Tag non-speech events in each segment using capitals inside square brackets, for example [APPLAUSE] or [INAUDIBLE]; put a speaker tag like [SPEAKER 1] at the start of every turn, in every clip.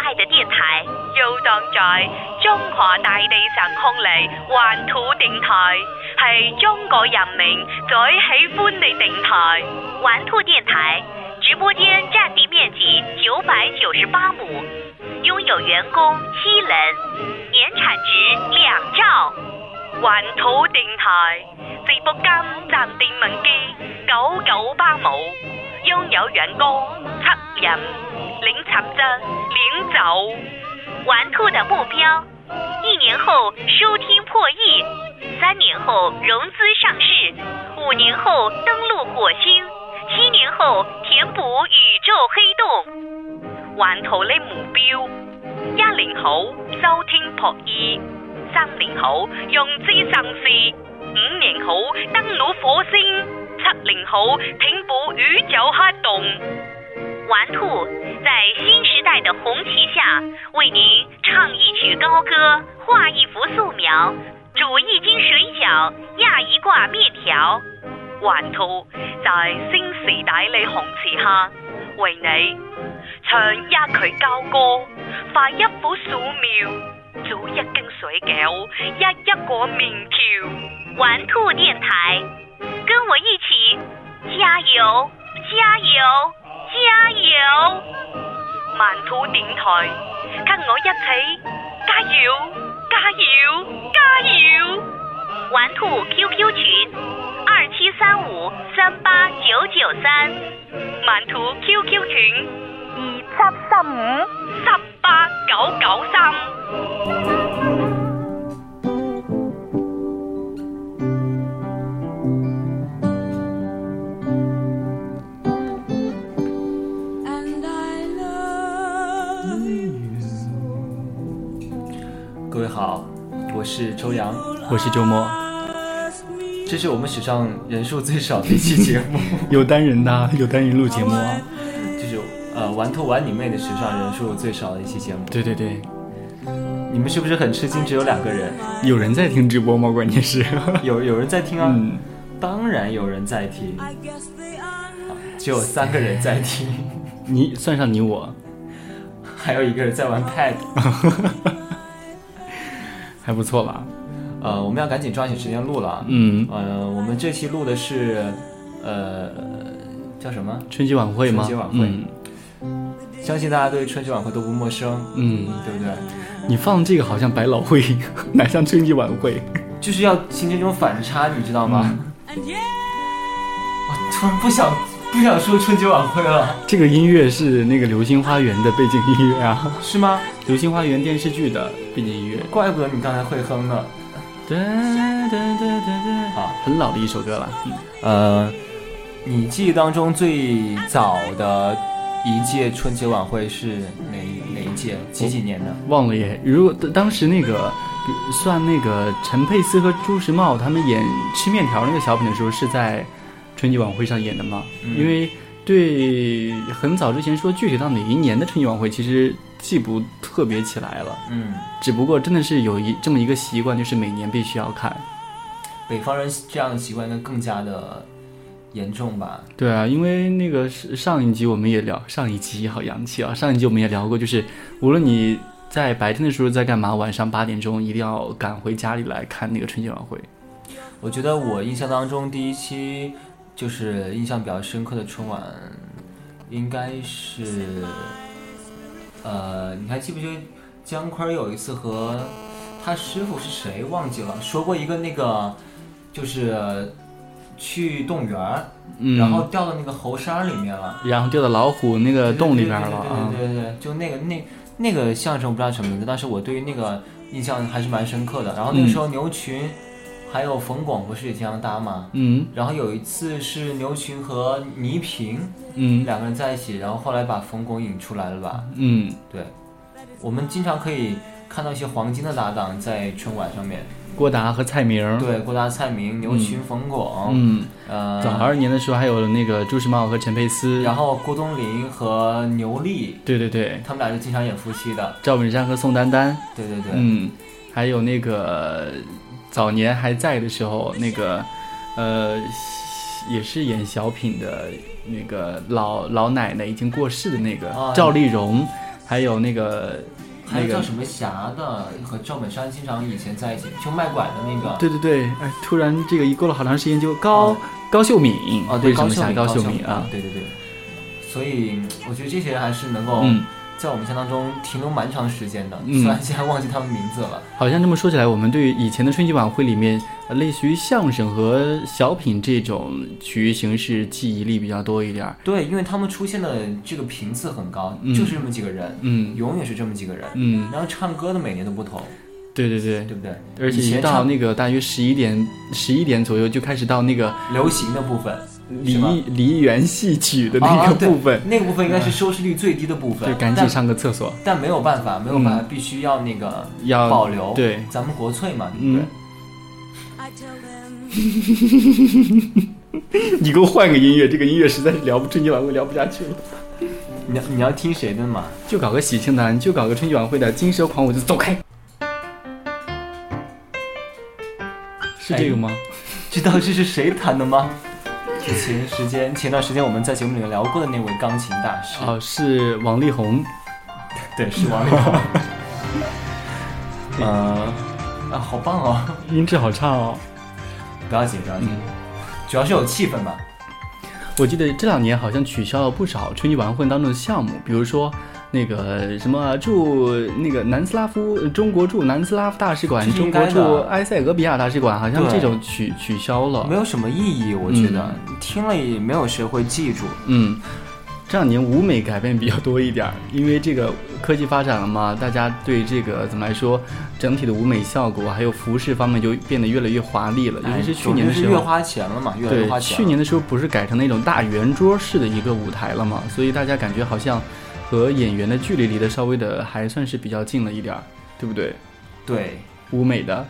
[SPEAKER 1] 係要當在中華大地上空嚟環土電台，係中國人民最喜歡嘅電台。環土電台直播間佔地面積九百九十八畝，擁有員工七人，年產值兩兆。環土電台直播間佔地面積九九八畝，擁有員工七人，零產值零走。玩兔的目标：一年后收听破亿，三年后融资上市，五年后登陆火星，七年后填补宇宙黑洞。玩兔的目标：一年后收听破亿，三年后融资上市，五年后登陆火星，七年后填补宇宙黑洞。玩兔在新时代的红旗下，为您唱一曲高歌，画一幅素描，煮一斤水饺，压一挂面条。玩兔在新时代的红旗下，为你唱一曲高歌，画一幅素描，煮一斤水饺，压一个面条。玩兔电台，跟我一起加油，加油！加油！慢土电台，跟我一起加油，加油，加油！玩兔 QQ 群二七三五三八九九三，慢土 QQ 群二七三五三八九九三。
[SPEAKER 2] And I love you so.
[SPEAKER 3] 各位好，我是周洋，
[SPEAKER 4] 我是周末，
[SPEAKER 2] Ask me
[SPEAKER 3] 这是我们史上人数最少的一期节目， [LAUGHS]
[SPEAKER 4] 有单人呐、有单人录节目啊。
[SPEAKER 3] 就是呃玩兔玩你妹的史上人数最少的一期节目。
[SPEAKER 4] 对对对，
[SPEAKER 3] 你们是不是很吃惊？只有两个人，
[SPEAKER 4] 有人在听直播吗？关键是， [LAUGHS]
[SPEAKER 3] 有有人在听啊？
[SPEAKER 4] 嗯，
[SPEAKER 3] 当然有人在听，
[SPEAKER 2] I guess they are not
[SPEAKER 3] 只有三个人在听， [LAUGHS]
[SPEAKER 4] 你算上你我，
[SPEAKER 3] 还有一个人在玩 Pad。
[SPEAKER 4] [LAUGHS] 还不错吧？
[SPEAKER 3] 呃，我们要赶紧抓紧时间录了。啊。
[SPEAKER 4] 嗯，
[SPEAKER 3] 呃，我们这期录的是呃叫什么？
[SPEAKER 4] 春节晚会吗？嗯
[SPEAKER 3] 春节晚会相信大家对春节晚会都不陌生，
[SPEAKER 4] 嗯，嗯，
[SPEAKER 3] 对不对？
[SPEAKER 4] 你放这个好像百老汇， [LAUGHS] 哪像春节晚会？
[SPEAKER 3] 就是要形成一种反差，你知道吗？
[SPEAKER 4] 嗯
[SPEAKER 2] And yeah,
[SPEAKER 3] 我突然不想不想说春节晚会了，
[SPEAKER 4] 这个音乐是那个《流星花园》的背景音乐啊，
[SPEAKER 3] 是吗？
[SPEAKER 4] 《流星花园》电视剧的背景音乐。
[SPEAKER 3] 怪不得你刚才会哼呢。
[SPEAKER 4] 哒哒哒哒哒，
[SPEAKER 3] 好，
[SPEAKER 4] 啊很老的一首歌了。嗯，
[SPEAKER 3] 呃，你记忆当中最早的一届春节晚会是哪哪一届？几几年的？
[SPEAKER 4] 忘了耶。如果当时那个呃算那个陈佩斯和朱时茂他们演吃面条那个小品的时候，是在春节晚会上演的吗？
[SPEAKER 3] 嗯
[SPEAKER 4] 因为对很早之前说具体到哪一年的春节晚会，其实记不特别起来了。
[SPEAKER 3] 嗯，
[SPEAKER 4] 只不过真的是有一这么一个习惯，就是每年必须要看。
[SPEAKER 3] 北方人这样的习惯应该更加的严重吧？
[SPEAKER 4] 对啊，因为那个是上一集我们也聊，上一集好洋气啊！上一集我们也聊过，就是无论你在白天的时候在干嘛，晚上八点钟一定要赶回家里来看那个春节晚会。
[SPEAKER 3] 我觉得我印象当中第一期就是印象比较深刻的春晚，应该是，呃，你还记不记得姜昆儿有一次和他师傅是谁忘记了，说过一个那个就是去动物园儿，
[SPEAKER 4] 嗯，
[SPEAKER 3] 然后掉到那个猴山儿里面了，
[SPEAKER 4] 然后掉到老虎那个呃洞里边了啊
[SPEAKER 3] 对。对对对对对，就那个那那个相声我不知道什么名字，但是我对于那个印象还是蛮深刻的。然后那个时候牛群还有冯巩不是也经常搭嘛，
[SPEAKER 4] 嗯
[SPEAKER 3] 然后有一次是牛群和倪萍
[SPEAKER 4] 嗯
[SPEAKER 3] 两个人在一起，然后后来把冯巩引出来了吧？
[SPEAKER 4] 嗯，
[SPEAKER 3] 对，我们经常可以看到一些黄金的搭档在春晚上面，
[SPEAKER 4] 郭达和蔡明。，
[SPEAKER 3] 对，郭达、蔡明、牛群、冯巩，
[SPEAKER 4] 嗯，
[SPEAKER 3] 呃，
[SPEAKER 4] 早二年的时候还有那个朱时茂和陈佩斯。
[SPEAKER 3] 然，后郭冬临和牛莉，
[SPEAKER 4] 对对对，
[SPEAKER 3] 他们俩是经常演夫妻的，
[SPEAKER 4] 赵本山和宋丹丹。
[SPEAKER 3] 对对对，
[SPEAKER 4] 嗯，还有那个早年还在的时候，那个呃也是演小品的那个老老奶奶已经过世的那个
[SPEAKER 3] 啊
[SPEAKER 4] 赵丽蓉，还有那个
[SPEAKER 3] 还有
[SPEAKER 4] 那个
[SPEAKER 3] 叫什么霞的和赵本山经常以前在一起，就卖拐的那个，
[SPEAKER 4] 对对对，哎，突然这个一过了好长时间就高、高秀敏
[SPEAKER 3] 哦，
[SPEAKER 4] 嗯为
[SPEAKER 3] 对，
[SPEAKER 4] 什
[SPEAKER 3] 高
[SPEAKER 4] 么
[SPEAKER 3] 秀
[SPEAKER 4] 想
[SPEAKER 3] 敏，
[SPEAKER 4] 哦高
[SPEAKER 3] 高
[SPEAKER 4] 秀
[SPEAKER 3] 敏
[SPEAKER 4] 敏啊？
[SPEAKER 3] 对对对。所以我觉得这些人还是能够
[SPEAKER 4] 嗯，
[SPEAKER 3] 在我们印象当中停留蛮长时间的，
[SPEAKER 4] 嗯
[SPEAKER 3] 虽然现在忘记他们名字了。
[SPEAKER 4] 好像这么说起来，我们对于以前的春节晚会里面，呃类似于相声和小品这种曲艺形式记忆力比较多一点儿。
[SPEAKER 3] 对，因为他们出现的这个频次很高，
[SPEAKER 4] 嗯
[SPEAKER 3] 就是这么几个人，
[SPEAKER 4] 嗯
[SPEAKER 3] 永远是这么几个人。
[SPEAKER 4] 嗯，
[SPEAKER 3] 然后唱歌的每年都不同，
[SPEAKER 4] 对对对
[SPEAKER 3] 对，不对？
[SPEAKER 4] 而且
[SPEAKER 3] 以
[SPEAKER 4] 一
[SPEAKER 3] 前
[SPEAKER 4] 到
[SPEAKER 3] 唱
[SPEAKER 4] 那个大约十一点十一点左右就开始到那个
[SPEAKER 3] 流行的部分，
[SPEAKER 4] 梨
[SPEAKER 3] 是吧
[SPEAKER 4] 梨园戏曲的
[SPEAKER 3] 啊
[SPEAKER 4] 那
[SPEAKER 3] 啊
[SPEAKER 4] 个
[SPEAKER 3] 对
[SPEAKER 4] 部分，
[SPEAKER 3] 那个部分应
[SPEAKER 4] 嗯
[SPEAKER 3] 该是收视率最低的部分，
[SPEAKER 4] 就赶紧
[SPEAKER 3] 但
[SPEAKER 4] 上个厕所。
[SPEAKER 3] 但没有办法，没有办法，必须要那个
[SPEAKER 4] 要
[SPEAKER 3] 保留，
[SPEAKER 4] 对
[SPEAKER 3] 咱们国粹嘛，对不对？
[SPEAKER 4] 嗯 [LAUGHS] 你给我换个音乐，这个音乐实在是聊不春节晚会聊不下去了。
[SPEAKER 3] 你要你要听谁的嘛？
[SPEAKER 4] 就搞个喜庆的，你就搞个春节晚会的，金蛇狂舞就走开。是这个吗？
[SPEAKER 3] 知道这是谁弹的吗？是前时间前段时间我们在节目里面聊过的那位钢琴大师，
[SPEAKER 4] 哦，是王力宏。
[SPEAKER 3] 对，是王力
[SPEAKER 4] [LAUGHS]
[SPEAKER 3] 宏。呃，啊，好棒哦！
[SPEAKER 4] 音质好差哦。
[SPEAKER 3] 不要紧，不要紧，
[SPEAKER 4] 嗯
[SPEAKER 3] 主要是有气氛吧。
[SPEAKER 4] 我记得这两年好像取消了不少春节晚会当中的项目，比如说那个什么驻那个南斯拉夫中国驻南斯拉夫大使馆
[SPEAKER 3] 这，是
[SPEAKER 4] 中
[SPEAKER 3] 应该
[SPEAKER 4] 国
[SPEAKER 3] 的
[SPEAKER 4] 驻埃塞俄比亚大使馆，好像
[SPEAKER 3] 对
[SPEAKER 4] 这种取取消了。
[SPEAKER 3] 没有什么意义，我觉得、听了也没有谁会记住。
[SPEAKER 4] 嗯，这两年舞美改变比较多一点儿，因为这个科技发展了嘛，大家对这个怎么来说，整体的舞美效果还有服饰方面就变得越来越华丽了，尤
[SPEAKER 3] 哎
[SPEAKER 4] 其是去年的
[SPEAKER 3] 总之
[SPEAKER 4] 时
[SPEAKER 3] 是越
[SPEAKER 4] 候。
[SPEAKER 3] 花钱了嘛，越来越
[SPEAKER 4] 对
[SPEAKER 3] 花，钱了。
[SPEAKER 4] 去年的时候不是改成那种大圆桌式的一个舞台了嘛，所以大家感觉好像和演员的距离离得稍微的还算是比较近了一点儿，对不对？
[SPEAKER 3] 对，
[SPEAKER 4] 舞美的，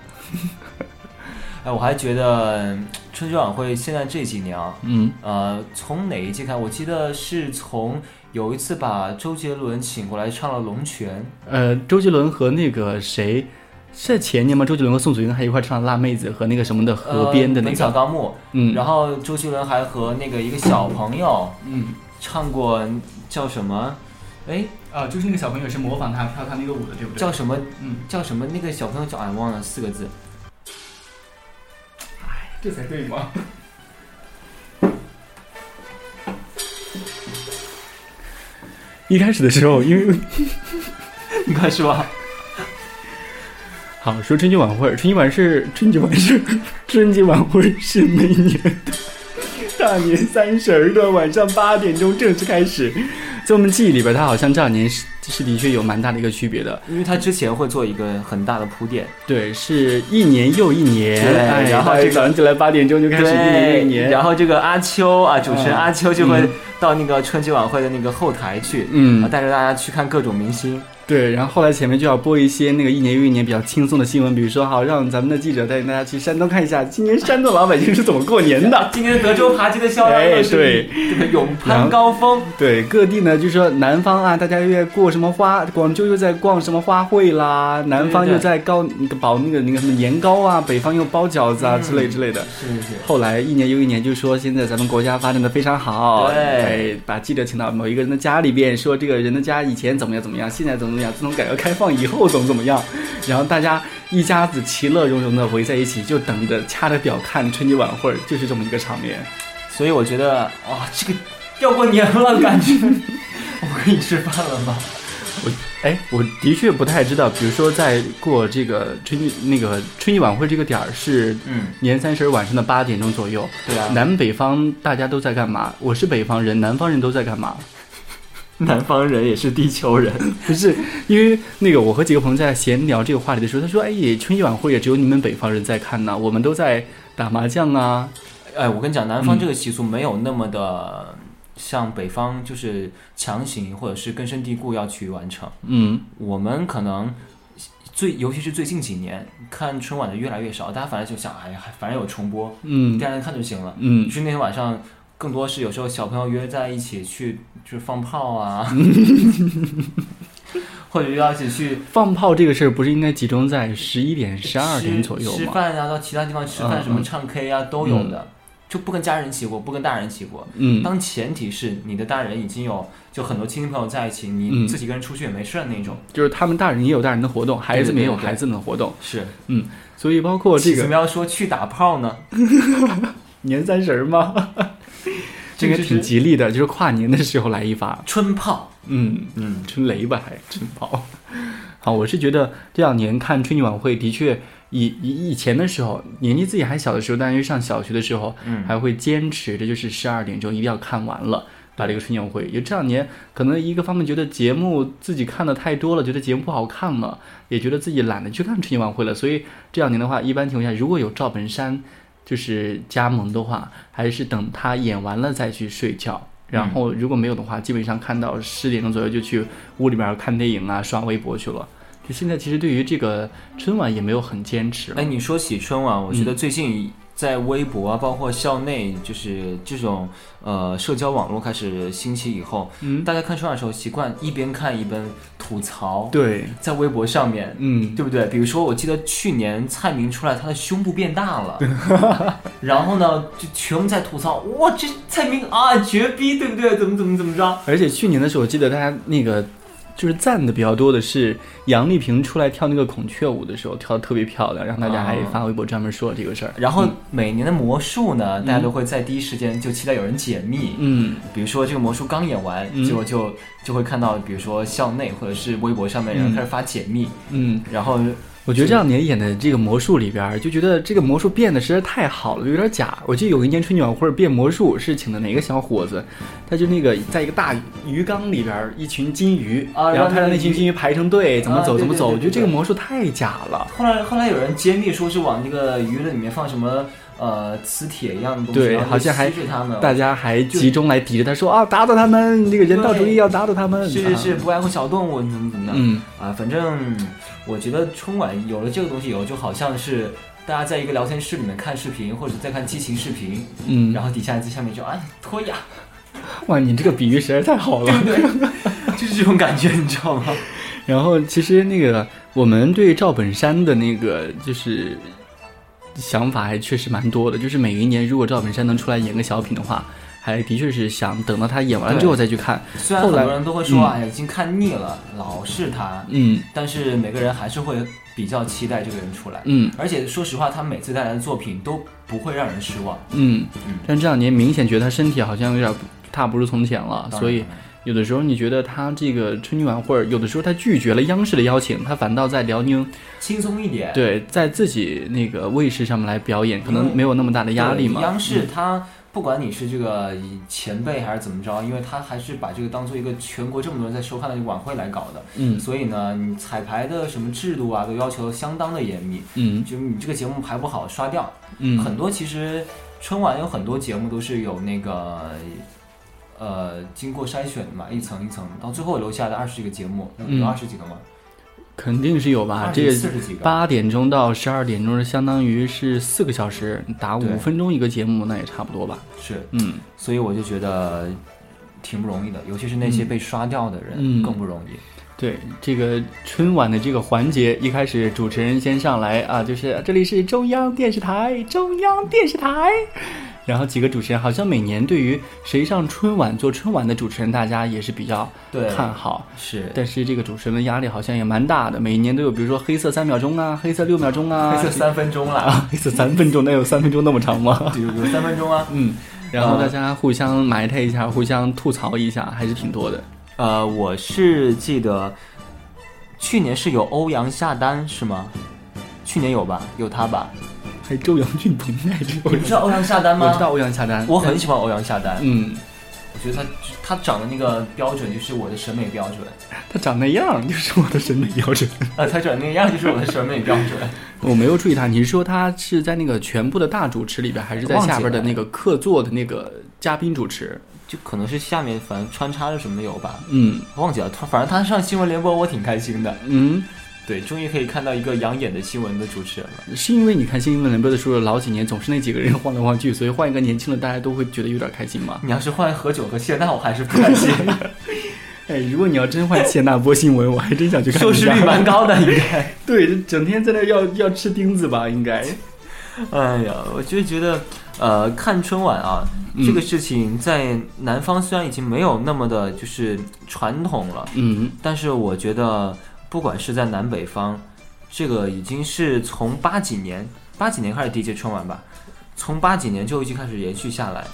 [SPEAKER 3] 哎，我还觉得嗯春节晚会现在这几年啊，
[SPEAKER 4] 嗯，
[SPEAKER 3] 呃，从哪一季开始？我记得是从有一次把周杰伦请过来唱了《龙泉
[SPEAKER 4] 呃，周杰伦和那个谁，是前年吗？周杰伦和宋祖英还一块儿唱《辣妹子》和那个什么的》
[SPEAKER 3] 呃，
[SPEAKER 4] 河边的那
[SPEAKER 3] 本
[SPEAKER 4] 个，
[SPEAKER 3] 草纲目》
[SPEAKER 4] 嗯，
[SPEAKER 3] 然后周杰伦还和那个一个小朋友
[SPEAKER 4] 嗯
[SPEAKER 3] 唱过叫什么？哎，
[SPEAKER 4] 啊，就是那个小朋友是模仿他跳他那个舞的，对不对？
[SPEAKER 3] 叫什么？
[SPEAKER 4] 嗯，
[SPEAKER 3] 叫什么？那个小朋友叫哎，忘了四个字。
[SPEAKER 4] 这才对吗？ [LAUGHS] 一开始的时候，因 [LAUGHS] 为
[SPEAKER 3] 你看是吧？
[SPEAKER 4] 好说春节晚会，春节晚是春节晚是春节晚会是每年的大年三十儿的晚上八点钟正式开始。在我们记忆里边，它好像这两年是是的确有蛮大的一个区别的，
[SPEAKER 3] 因为他之前会做一个很大的铺垫，
[SPEAKER 4] 对，是一年又一年，
[SPEAKER 3] 对
[SPEAKER 4] 哎
[SPEAKER 3] 然后
[SPEAKER 4] 大家
[SPEAKER 3] 这个
[SPEAKER 4] 早上起来八点钟就开始一年又一年，
[SPEAKER 3] 然后这个阿秋啊，主持人
[SPEAKER 4] 嗯
[SPEAKER 3] 阿秋就会
[SPEAKER 4] 嗯
[SPEAKER 3] 到那个春节晚会的那个后台去，
[SPEAKER 4] 嗯
[SPEAKER 3] 啊带着大家去看各种明星。
[SPEAKER 4] 对，然后后来前面就要播一些那个一年又一年比较轻松的新闻，比如说好让咱们的记者带大家去山东看一下，今年山东老百姓是怎么过年的。
[SPEAKER 3] 啊今年德州扒鸡的销量又是
[SPEAKER 4] 哎
[SPEAKER 3] 这个勇攀高峰，
[SPEAKER 4] [LAUGHS] 对，各地呢就说南方啊，大家又在过什么花，广州又在逛什么花卉啦，南方
[SPEAKER 3] 对对
[SPEAKER 4] 又在搞那个包那个那个什么年糕啊，北方又包饺子啊、之类之类的。
[SPEAKER 3] 是是是，
[SPEAKER 4] 后来一年又一年就说现在咱们国家发展的非常好，
[SPEAKER 3] 对
[SPEAKER 4] 哎，把记者请到某一个人的家里边，说这个人的家以前怎么样怎么样，现在怎么怎么样，自从改革开放以后怎么怎么样，然后大家一家子其乐融融的围在一起，就等着掐着表看春节晚会，就是这么一个场面。
[SPEAKER 3] 所以我觉得哇，这个要过年了，感觉我可以吃饭了吗？
[SPEAKER 4] 哎，我的确不太知道，比如说在过这个春节那个春节晚会这个点儿是
[SPEAKER 3] 嗯，
[SPEAKER 4] 年三十儿晚上的八点钟左右，
[SPEAKER 3] 对啊，
[SPEAKER 4] 南北方大家都在干嘛？我是北方人，南方人都在干嘛？
[SPEAKER 3] 南方人也是地球人，
[SPEAKER 4] 不是，因为那个我和几个朋友在闲聊这个话题的时候，他说：“哎，春节晚会也只有你们北方人在看呐，我们都在打麻将啊。
[SPEAKER 3] 哎，我跟你讲，南方这个习俗没有那么的像北方，就是强行或者是根深蒂固要去完成。”
[SPEAKER 4] 嗯，
[SPEAKER 3] 我们可能最，尤其是最近几年，看春晚的越来越少，大家反正就想，哎呀，反正有重播，
[SPEAKER 4] 嗯
[SPEAKER 3] 第二天看就行了。
[SPEAKER 4] 嗯
[SPEAKER 3] 于，是那天晚上，更多是有时候小朋友约在一起去，就是放炮啊，或者约到一起去
[SPEAKER 4] 放炮这个事儿不是应该集中在十一点、十
[SPEAKER 3] 吃
[SPEAKER 4] 二点左右
[SPEAKER 3] 吃
[SPEAKER 4] 吗？
[SPEAKER 3] 饭啊，到其他地方吃饭，
[SPEAKER 4] 嗯
[SPEAKER 3] 什么
[SPEAKER 4] 嗯
[SPEAKER 3] 唱 K 啊都有的。就不跟家人一起过，不跟大人一起过。
[SPEAKER 4] 嗯
[SPEAKER 3] 当前提是你的大人已经有就很多亲戚朋友在一起，
[SPEAKER 4] 嗯
[SPEAKER 3] 你自己一个人出去也没事儿那种。
[SPEAKER 4] 就是他们大人也有大人的活动，孩子们也有
[SPEAKER 3] 对对对
[SPEAKER 4] 孩子们的活动，
[SPEAKER 3] 是，
[SPEAKER 4] 嗯，所以包括这
[SPEAKER 3] 怎么
[SPEAKER 4] 个
[SPEAKER 3] 要说去打炮呢？
[SPEAKER 4] 年三十儿嘛， [LAUGHS]
[SPEAKER 3] 这
[SPEAKER 4] 这
[SPEAKER 3] 个
[SPEAKER 4] 个挺
[SPEAKER 3] 就是
[SPEAKER 4] 吉利的，就是跨年的时候来一发，
[SPEAKER 3] 春炮，
[SPEAKER 4] 嗯，
[SPEAKER 3] 嗯，
[SPEAKER 4] 春雷吧，还真跑。 [LAUGHS] 好，我是觉得这两年看春节晚会的确，以以以前的时候，年纪自己还小的时候，大约上小学的时候，
[SPEAKER 3] 嗯
[SPEAKER 4] 还会坚持着就是十二点钟一定要看完了。把这个春节晚会，也这两年可能一个方面觉得节目自己看的太多了，觉得节目不好看了，也觉得自己懒得去看春节晚会了，所以这两年的话，一般情况下如果有赵本山就是加盟的话，还是等他演完了再去睡觉。然后如果没有的话，基本上看到十点钟左右就去屋里面看电影啊、刷微博去了。就现在其实对于这个春晚也没有很坚持了。
[SPEAKER 3] 哎，你说起春晚，我觉得
[SPEAKER 4] 嗯
[SPEAKER 3] 最近在微博啊，包括校内，就是这种呃社交网络开始兴起以后，
[SPEAKER 4] 嗯
[SPEAKER 3] 大家看春晚的时候习惯一边看一边吐槽，，
[SPEAKER 4] 对，
[SPEAKER 3] 在微博上面，
[SPEAKER 4] 嗯，
[SPEAKER 3] 对不对？比如说，我记得去年蔡明出来，他的胸部变大了， [LAUGHS] 然后呢，就全部在吐槽，哇，这蔡明啊，绝逼，对不对？怎么怎么怎么着？
[SPEAKER 4] 而且去年的时候，我记得大家那个就是赞的比较多的是杨丽萍出来跳那个孔雀舞的时候跳的特别漂亮，然后大家还
[SPEAKER 3] 哦
[SPEAKER 4] 发微博专门说了这个事儿。
[SPEAKER 3] 然后每年的魔术呢，大家都会在第一时间就期待有人解密，
[SPEAKER 4] 嗯，
[SPEAKER 3] 比如说这个魔术刚演完，
[SPEAKER 4] 嗯
[SPEAKER 3] 结果就就会看到，比如说校内或者是微博上面人
[SPEAKER 4] 嗯
[SPEAKER 3] 开始发解密，
[SPEAKER 4] 嗯，
[SPEAKER 3] 然后
[SPEAKER 4] 我觉得这两年演的这个魔术里边儿，就觉得这个魔术变得实在太好了，有点假。我记得有一年春节晚会变魔术是请的哪个小伙子，他就那个在一个大鱼缸里边儿，一群金鱼，
[SPEAKER 3] 啊
[SPEAKER 4] 然后他
[SPEAKER 3] 让
[SPEAKER 4] 让
[SPEAKER 3] 那
[SPEAKER 4] 那群
[SPEAKER 3] 鱼
[SPEAKER 4] 金鱼排成队，怎么
[SPEAKER 3] 啊
[SPEAKER 4] 走、
[SPEAKER 3] 对
[SPEAKER 4] 怎么
[SPEAKER 3] 对
[SPEAKER 4] 走。
[SPEAKER 3] 对
[SPEAKER 4] 我觉得
[SPEAKER 3] 对
[SPEAKER 4] 这个
[SPEAKER 3] 对
[SPEAKER 4] 魔术太假了。
[SPEAKER 3] 后来后来有人揭秘说是往那个鱼类里面放什么呃磁铁一样的东西，
[SPEAKER 4] 对，
[SPEAKER 3] 然后就
[SPEAKER 4] 好像还
[SPEAKER 3] 吸住它们。
[SPEAKER 4] 大家还
[SPEAKER 3] 就
[SPEAKER 4] 集中来抵制他说啊，打倒他们！这个人道主义
[SPEAKER 3] 对
[SPEAKER 4] 要打倒他们。啊
[SPEAKER 3] 是是是，不爱护小动物，怎么怎么样？
[SPEAKER 4] 嗯
[SPEAKER 3] 啊，反正我觉得春晚有了这个东西以后，就好像是大家在一个聊天室里面看视频，或者在看激情视频，
[SPEAKER 4] 嗯，
[SPEAKER 3] 然后底下在下面就哎脱呀，
[SPEAKER 4] 哇，你这个比喻实在太好了。
[SPEAKER 3] [LAUGHS] 就是这种感觉，你知道吗？
[SPEAKER 4] 然后其实那个我们对赵本山的那个就是想法还确实蛮多的，就是每一年如果赵本山能出来演个小品的话，还的确是想等到他演完了之后再去看。
[SPEAKER 3] 虽然
[SPEAKER 4] 后
[SPEAKER 3] 很
[SPEAKER 4] 来
[SPEAKER 3] 多人都会说
[SPEAKER 4] 嗯
[SPEAKER 3] 哎已经看腻了，老是他，
[SPEAKER 4] 嗯
[SPEAKER 3] 但是每个人还是会比较期待这个人出来。
[SPEAKER 4] 嗯
[SPEAKER 3] 而且说实话，他每次带来的作品都不会让人失望。
[SPEAKER 4] 嗯
[SPEAKER 3] 嗯，
[SPEAKER 4] 但这两年明显觉得他身体好像有点不大不如从前了，所以
[SPEAKER 3] 当然
[SPEAKER 4] 有的时候你觉得他这个春节晚会，有的时候他拒绝了央视的邀请，他反倒在辽宁
[SPEAKER 3] 轻松一点，
[SPEAKER 4] 对在自己那个卫视上面来表演，可
[SPEAKER 3] 因
[SPEAKER 4] 能
[SPEAKER 3] 为
[SPEAKER 4] 没有那么大的压力
[SPEAKER 3] 对
[SPEAKER 4] 嘛。嗯
[SPEAKER 3] 央视它不管你是这个前辈还是怎么着，因为它还是把这个当做一个全国这么多人在收看的一个晚会来搞的，
[SPEAKER 4] 嗯
[SPEAKER 3] 所以呢，你彩排的什么制度啊，都要求相当的严密。
[SPEAKER 4] 嗯
[SPEAKER 3] 就你这个节目排不好刷掉，
[SPEAKER 4] 嗯，
[SPEAKER 3] 很多其实春晚有很多节目都是有那个。呃，经过筛选的嘛，一层一层，到最后留下的二十几个节目，
[SPEAKER 4] 嗯
[SPEAKER 3] 有二十几个吗？
[SPEAKER 4] 肯定是有吧？这
[SPEAKER 3] 四十几个，
[SPEAKER 4] 八点钟到十二点钟，相当于是四个小时，打
[SPEAKER 3] 对
[SPEAKER 4] 五分钟一个节目，那也差不多吧。
[SPEAKER 3] 是，
[SPEAKER 4] 嗯，
[SPEAKER 3] 所以我就觉得挺不容易的，尤其是那些被刷掉的
[SPEAKER 4] 嗯
[SPEAKER 3] 人更不容易。
[SPEAKER 4] 对，这个春晚的这个环节，一开始主持人先上来啊，就是这里是中央电视台，中央电视台。然后几个主持人好像每年对于谁上春晚做春晚的主持人，大家也是比较
[SPEAKER 3] 对
[SPEAKER 4] 看好。
[SPEAKER 3] 是，
[SPEAKER 4] 但是这个主持人的压力好像也蛮大的，每一年都有，比如说黑色三秒钟啊，黑色六秒钟啊，
[SPEAKER 3] 黑色三分钟啦， [LAUGHS]
[SPEAKER 4] 啊，黑色三分钟，那有三分钟那么长 [LAUGHS] 吗？
[SPEAKER 3] 有有三分钟啊。
[SPEAKER 4] 嗯，然后
[SPEAKER 3] 呃
[SPEAKER 4] 大家互相埋汰一下，互相吐槽一下，还是挺多的。
[SPEAKER 3] 呃，我是记得去年是有欧阳夏丹是吗？去年有吧，有他吧？
[SPEAKER 4] 还有周扬俊鹏来着，我
[SPEAKER 3] 你知道欧阳夏丹吗？
[SPEAKER 4] 我知道，欧阳夏丹，
[SPEAKER 3] 我很喜欢欧阳夏丹，
[SPEAKER 4] 嗯，
[SPEAKER 3] 我觉得他他长的那个标准就是我的审美标准， [LAUGHS]
[SPEAKER 4] 他长那样就是我的审美标准。
[SPEAKER 3] 呃，他长那个样就是我的审美标准。
[SPEAKER 4] 我没有注意他，你是说他是在那个全部的大主持里边，还是在下边的那个客座的那个嘉宾主持？
[SPEAKER 3] [LAUGHS] 就可能是下面反正穿插着什么有吧，
[SPEAKER 4] 嗯
[SPEAKER 3] 忘记了。他反正他上新闻联播，我挺开心的。
[SPEAKER 4] 嗯，
[SPEAKER 3] 对，终于可以看到一个养眼的新闻的主持人了。
[SPEAKER 4] 嗯是因为你看新闻联播的时候，老几年总是那几个人晃来晃去，所以换一个年轻的，大家都会觉得有点开心嘛。
[SPEAKER 3] 你要是换何炅和谢娜，我还是不开 [LAUGHS] 心，
[SPEAKER 4] 哎，如果你要真换谢娜播新闻，我还真想去看一
[SPEAKER 3] 收视
[SPEAKER 4] 下
[SPEAKER 3] 率蛮高的应该。
[SPEAKER 4] 对，整天在那要要吃钉子吧，应该。
[SPEAKER 3] 哎呀，我就觉得，呃，看春晚啊，这个事情在南方虽然已经没有那么的，就是传统了，
[SPEAKER 4] 嗯，
[SPEAKER 3] 但是我觉得，不管是在南北方，这个已经是从八几年，八几年开始第一届春晚吧，从八几年就一直开始延续下来。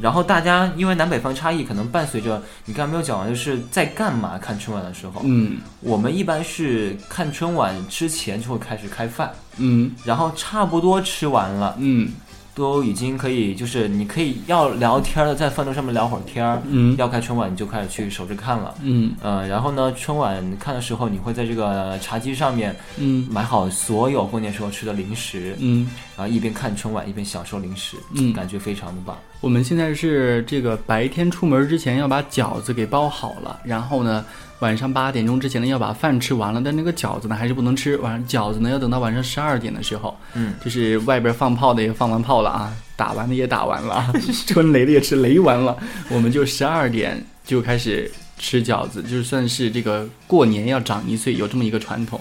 [SPEAKER 3] 然后大家因为南北方差异，可能伴随着你刚才没有讲完，就是在干嘛看春晚的时候，
[SPEAKER 4] 嗯
[SPEAKER 3] 我们一般是看春晚之前就会开始开饭，
[SPEAKER 4] 嗯
[SPEAKER 3] 然后差不多吃完了，
[SPEAKER 4] 嗯
[SPEAKER 3] 都已经可以，就是你可以要聊天儿的，在饭桌上面聊会儿天儿。
[SPEAKER 4] 嗯
[SPEAKER 3] 要开春晚你就开始去守着看了。
[SPEAKER 4] 嗯
[SPEAKER 3] 呃，然后呢，春晚看的时候，你会在这个茶几上面
[SPEAKER 4] 嗯
[SPEAKER 3] 买好所有过年时候吃的零食，
[SPEAKER 4] 嗯，
[SPEAKER 3] 然后一边看春晚一边享受零食，
[SPEAKER 4] 嗯
[SPEAKER 3] 感觉非常的棒。
[SPEAKER 4] 我们现在是这个白天出门之前要把饺子给包好了，然后呢，晚上八点钟之前呢要把饭吃完了，但那个饺子呢还是不能吃，晚上饺子呢要等到晚上十二点的时候，
[SPEAKER 3] 嗯，
[SPEAKER 4] 就是外边放炮的也放完炮了啊，打完的也打完了 [LAUGHS] 啊，春雷的也是雷完了，我们就十二点就开始吃饺子，就算是这个过年要长一岁有这么一个传统，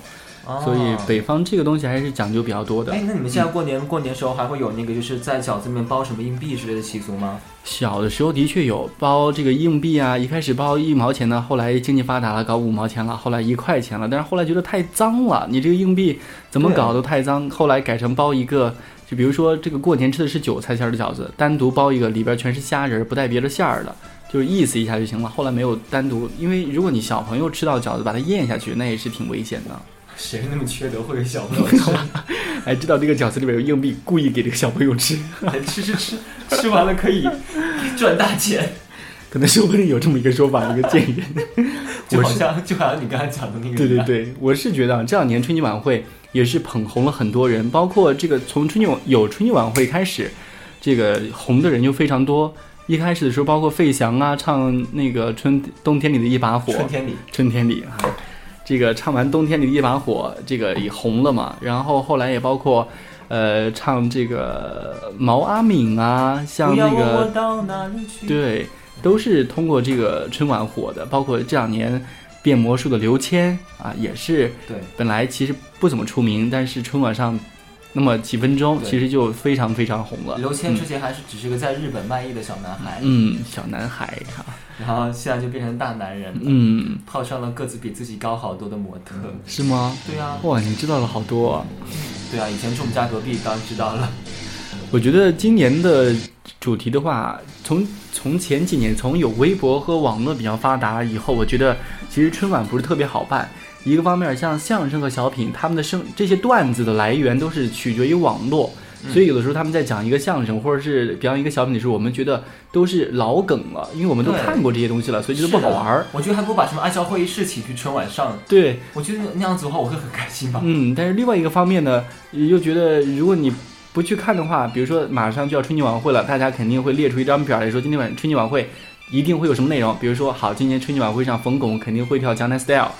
[SPEAKER 4] 所以
[SPEAKER 3] 哦
[SPEAKER 4] 北方这个东西还是讲究比较多的
[SPEAKER 3] 哎。，那你们现在过年过年时候还会有那个就是在饺子里面包什么硬币之类的习俗吗？
[SPEAKER 4] 小的时候的确有包这个硬币啊，一开始包一毛钱的，后来经济发达了搞五毛钱了，后来一块钱了，但是后来觉得太脏了，你这个硬币怎么
[SPEAKER 3] 对啊
[SPEAKER 4] 搞都太脏，后来改成包一个，就比如说这个过年吃的是韭菜馅儿的饺子，单独包一个，里边全是虾仁儿，不带别的馅儿的，就是意思一下就行了。后来没有单独，因为如果你小朋友吃到饺子把它咽下去，那也是挺危险的。
[SPEAKER 3] [LAUGHS] 谁那么缺德会给小朋友吃？
[SPEAKER 4] 哎，知道这个饺子里边有硬币，故意给这个小朋友吃，
[SPEAKER 3] 吃吃吃，吃完了可以赚大钱。
[SPEAKER 4] 可能是会有这么一个说法，一个建议。
[SPEAKER 3] 就
[SPEAKER 4] [LAUGHS] 我
[SPEAKER 3] 好
[SPEAKER 4] 是
[SPEAKER 3] 像就好像你刚才讲的那个，
[SPEAKER 4] [LAUGHS] 对对，对，我是觉得啊，这两年春节晚会也是捧红了很多人，包括这个从春节晚有春节晚会开始，这个红的人就非常多。一开始的时候，包括费翔啊，唱那个春冬天里的一把火，
[SPEAKER 3] 春天里
[SPEAKER 4] 春天里啊，这个唱完《冬天里的一把火》，这个也红了嘛。然后后来也包括，呃，唱这个毛阿敏啊，像那
[SPEAKER 3] 不要问
[SPEAKER 4] 个
[SPEAKER 3] 我到哪里去。
[SPEAKER 4] 对，都是通过这个春晚火的，包括这两年变魔术的刘谦啊，也是
[SPEAKER 3] 对
[SPEAKER 4] 本来其实不怎么出名，但是春晚上那么几分钟，
[SPEAKER 3] 对
[SPEAKER 4] 其实就非常非常红了。
[SPEAKER 3] 刘谦之前还是只是个在日本卖艺的小男孩，
[SPEAKER 4] 嗯，小男孩啊，
[SPEAKER 3] 然后现在就变成大男人了，
[SPEAKER 4] 嗯，
[SPEAKER 3] 泡上了个子比自己高好多的模特。
[SPEAKER 4] 是吗？
[SPEAKER 3] 对啊，
[SPEAKER 4] 哇，你知道了好多、啊。
[SPEAKER 3] 对啊，以前住我们家隔壁，当然知道了。
[SPEAKER 4] 我觉得今年的主题的话，从从前几年，从有微博和网络比较发达以后，我觉得其实春晚不是特别好办。一个方面，像相声和小品，他们的生这些段子的来源都是取决于网络，
[SPEAKER 3] 嗯
[SPEAKER 4] 所以有的时候他们在讲一个相声或者是表演一个小品的时候，我们觉得都是老梗了，因为我们都
[SPEAKER 3] 对
[SPEAKER 4] 看过这些东西了，所以觉得不好玩
[SPEAKER 3] 是
[SPEAKER 4] 儿
[SPEAKER 3] 的。我觉得还不如把什么爱笑会议室请去春晚上，
[SPEAKER 4] 对，
[SPEAKER 3] 我觉得那样子的话我会很开心吧。
[SPEAKER 4] 嗯，但是另外一个方面呢，又觉得如果你不去看的话，比如说马上就要春节晚会了，大家肯定会列出一张表来说今天晚春节晚会一定会有什么内容。比如说，好，今年春节晚会上冯巩肯定会跳《江南 Style》，